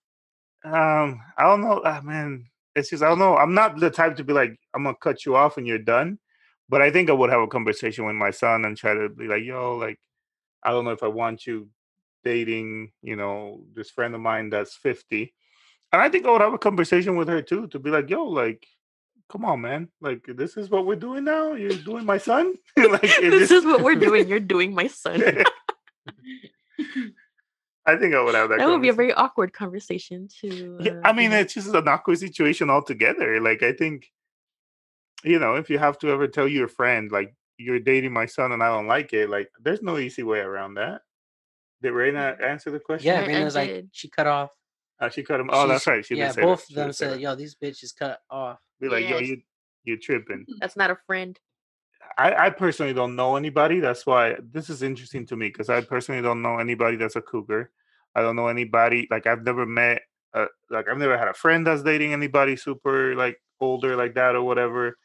Um, I don't know, Ah man. It's just I don't know. I'm not the type to be like, I'm gonna cut you off and you're done. But I think I would have a conversation with my son and try to be like, yo, like, I don't know if I want you dating, you know, this friend of mine that's 50. And I think I would have a conversation with her too to be like, yo, like, come on, man. Like, this is what we're doing now. You're doing my son. like, it this just- is what we're doing. You're doing my son. I think I would have that. That would be a conversation. very awkward conversation to. Yeah, uh, I mean, have. it's just an awkward situation altogether. Like, I think, you know, if you have to ever tell your friend, like, you're dating my son and I don't like it, like, there's no easy way around that. Did Raina answer the question? Mm-hmm. Yeah, I- I Raina's like did. she cut off. Uh, she cut him. Oh, that's She's- right. She did yeah, say both that. of She did them say said, that. "Yo, these bitches cut off." Be like, yo, Yes. you, you're tripping. That's not a friend. I, I personally don't know anybody. That's why this is interesting to me because I personally don't know anybody that's a cougar. I don't know anybody like I've never met. Uh, like I've never had a friend that's dating anybody super like older like that or whatever.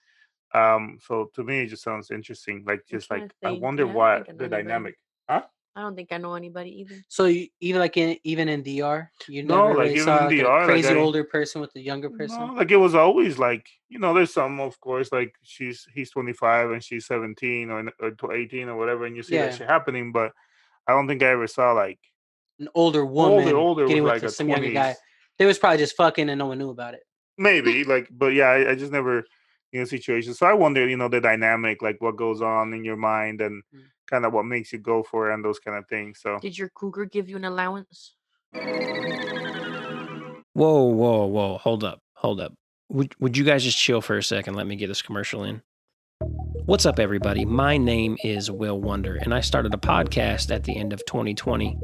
Um, so to me, it just sounds interesting. Like just trying like to I think. wonder Yeah, I don't why think I know the anybody. dynamic. I don't think I know anybody either. So you, even like in even in DR, you No, never like, really even saw in like, DR, a like, crazy I- older person with a younger Mm-hmm. person. No, like it was always like you know, there's some of course like she's he's 25 and she's 17 or, n- or tw- 18 or whatever, and you see Yeah. that shit happening. But I don't think I ever saw like An older woman older getting was with like a some younger 20s. guy. They was probably just fucking and no one knew about it. maybe like but yeah I, I just never you know situation so i wonder you know the dynamic like what goes on in your mind and Mm. kind of what makes you go for it and those kind of things so Did your cougar give you an allowance? Whoa, whoa, whoa. Hold up. Hold up. Would, would you guys just chill for a second? Let me get this commercial in. What's up, everybody? My name is Will Wonder, and I started a podcast at the end of 2020.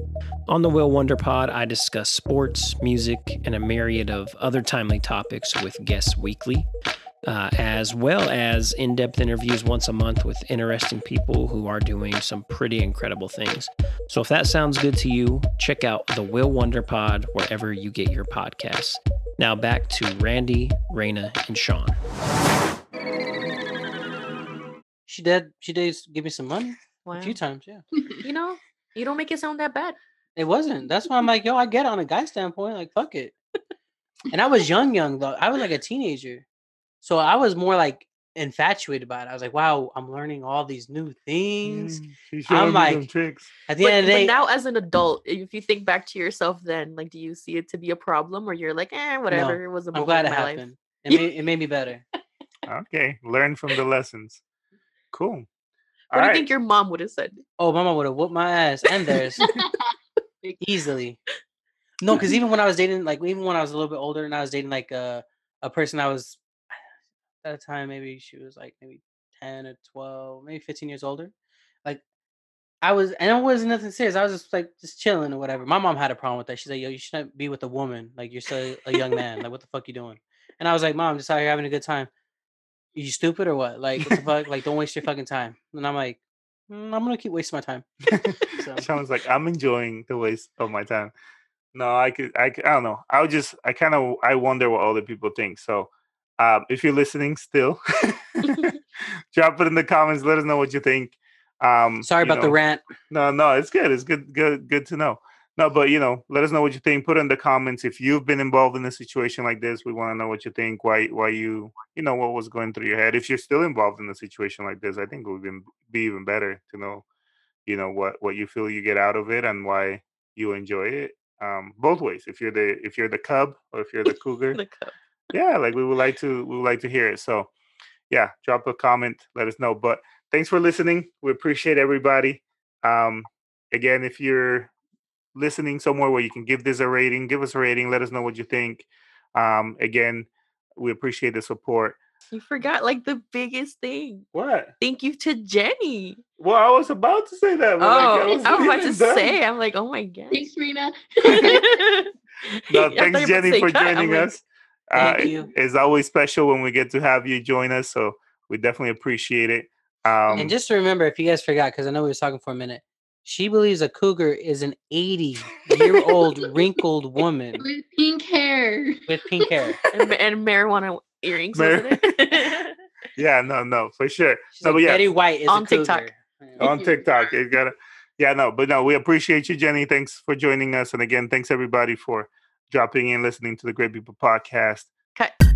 On the Will Wonder Pod, I discuss sports, music, and a myriad of other timely topics with guests weekly, uh, as well as in depth interviews once a month with interesting people who are doing some pretty incredible things. So if that sounds good to you, check out the Will Wonder Pod wherever you get your podcasts. Now back to Randy, Raina, and Sean. She did. She did give me some money Wow. a few times. Yeah, You know, you don't make it sound that bad. it wasn't. That's why I'm like, yo, I get it on a guy standpoint. Like, fuck it. and I was young, young though. I was like a teenager, so I was more like infatuated by it. I was like, wow, I'm learning all these new things. Mm, she showed I'm me them like- tricks At the But, end of the but day, now, as an adult, if you think back to yourself, then like, do you see it to be a problem, or you're like, eh, whatever? it was a I'm moment glad in it my life. happened. It made, it made me better. okay learn from the lessons cool all What do you right think your mom would have said? Oh, mama would have whooped my ass and theirs. easily. No, because even when I was dating, like even when I was a little bit older, and I was dating like a a person I was at the time, maybe she was like maybe ten or twelve, maybe fifteen years older. Like I was, and it wasn't nothing serious. I was just like just chilling or whatever. My mom had a problem with that. She's like, "Yo, you shouldn't be with a woman. Like you're still a young man. Like what the fuck you doing?" And I was like, "Mom, just out here having a good time. You stupid or what? Like what the fuck? Like don't waste your fucking time." And I'm like, "Mm, "I'm gonna keep wasting my time." So. sounds like i'm enjoying the waste of my time no i could i, could- I don't know i would just i kind of i wonder what other people think so um, if you're listening still drop it in the comments let us know what you think um Sorry you about the know, rant. No, no, it's good. It's good, good, good to know. No, but you know, let us know what you think. Put in the comments if you've been involved in a situation like this. We want to know what you think. Why, why you, you know, what was going through your head. If you're still involved in a situation like this, I think it would be, be even better to know, you know, what what you feel you get out of it and why you enjoy it. Um, both ways. If you're the if you're the cub or if you're the cougar, Look up. yeah like we would like to we would like to hear it so yeah drop a comment let us know but thanks for listening we appreciate everybody um again if you're listening somewhere where you can give this a rating give us a rating let us know what you think um again we appreciate the support You forgot like the biggest thing. what Thank you to Jenny. well i was about to say that Oh, but, like, I was wasn't about even to done. say. I'm like, oh my god. Thanks, Rena. no, thanks jenny for joining us Thank it- you. it's always special when we get to have you join us so we definitely appreciate it um and just to remember, if you guys forgot, because I know we were talking for a minute, she believes a cougar is an 80 year old wrinkled woman With pink hair. with pink hair. and, ma- and marijuana earrings. wasn't it? yeah no no for sure She's No, like, but yeah. Betty White is On a cougar. TikTok. Yeah. on TikTok. It got yeah, no, but no, we appreciate you, Jenny. Thanks for joining us. And again, thanks everybody for dropping in, listening to the Great People Podcast. Cut.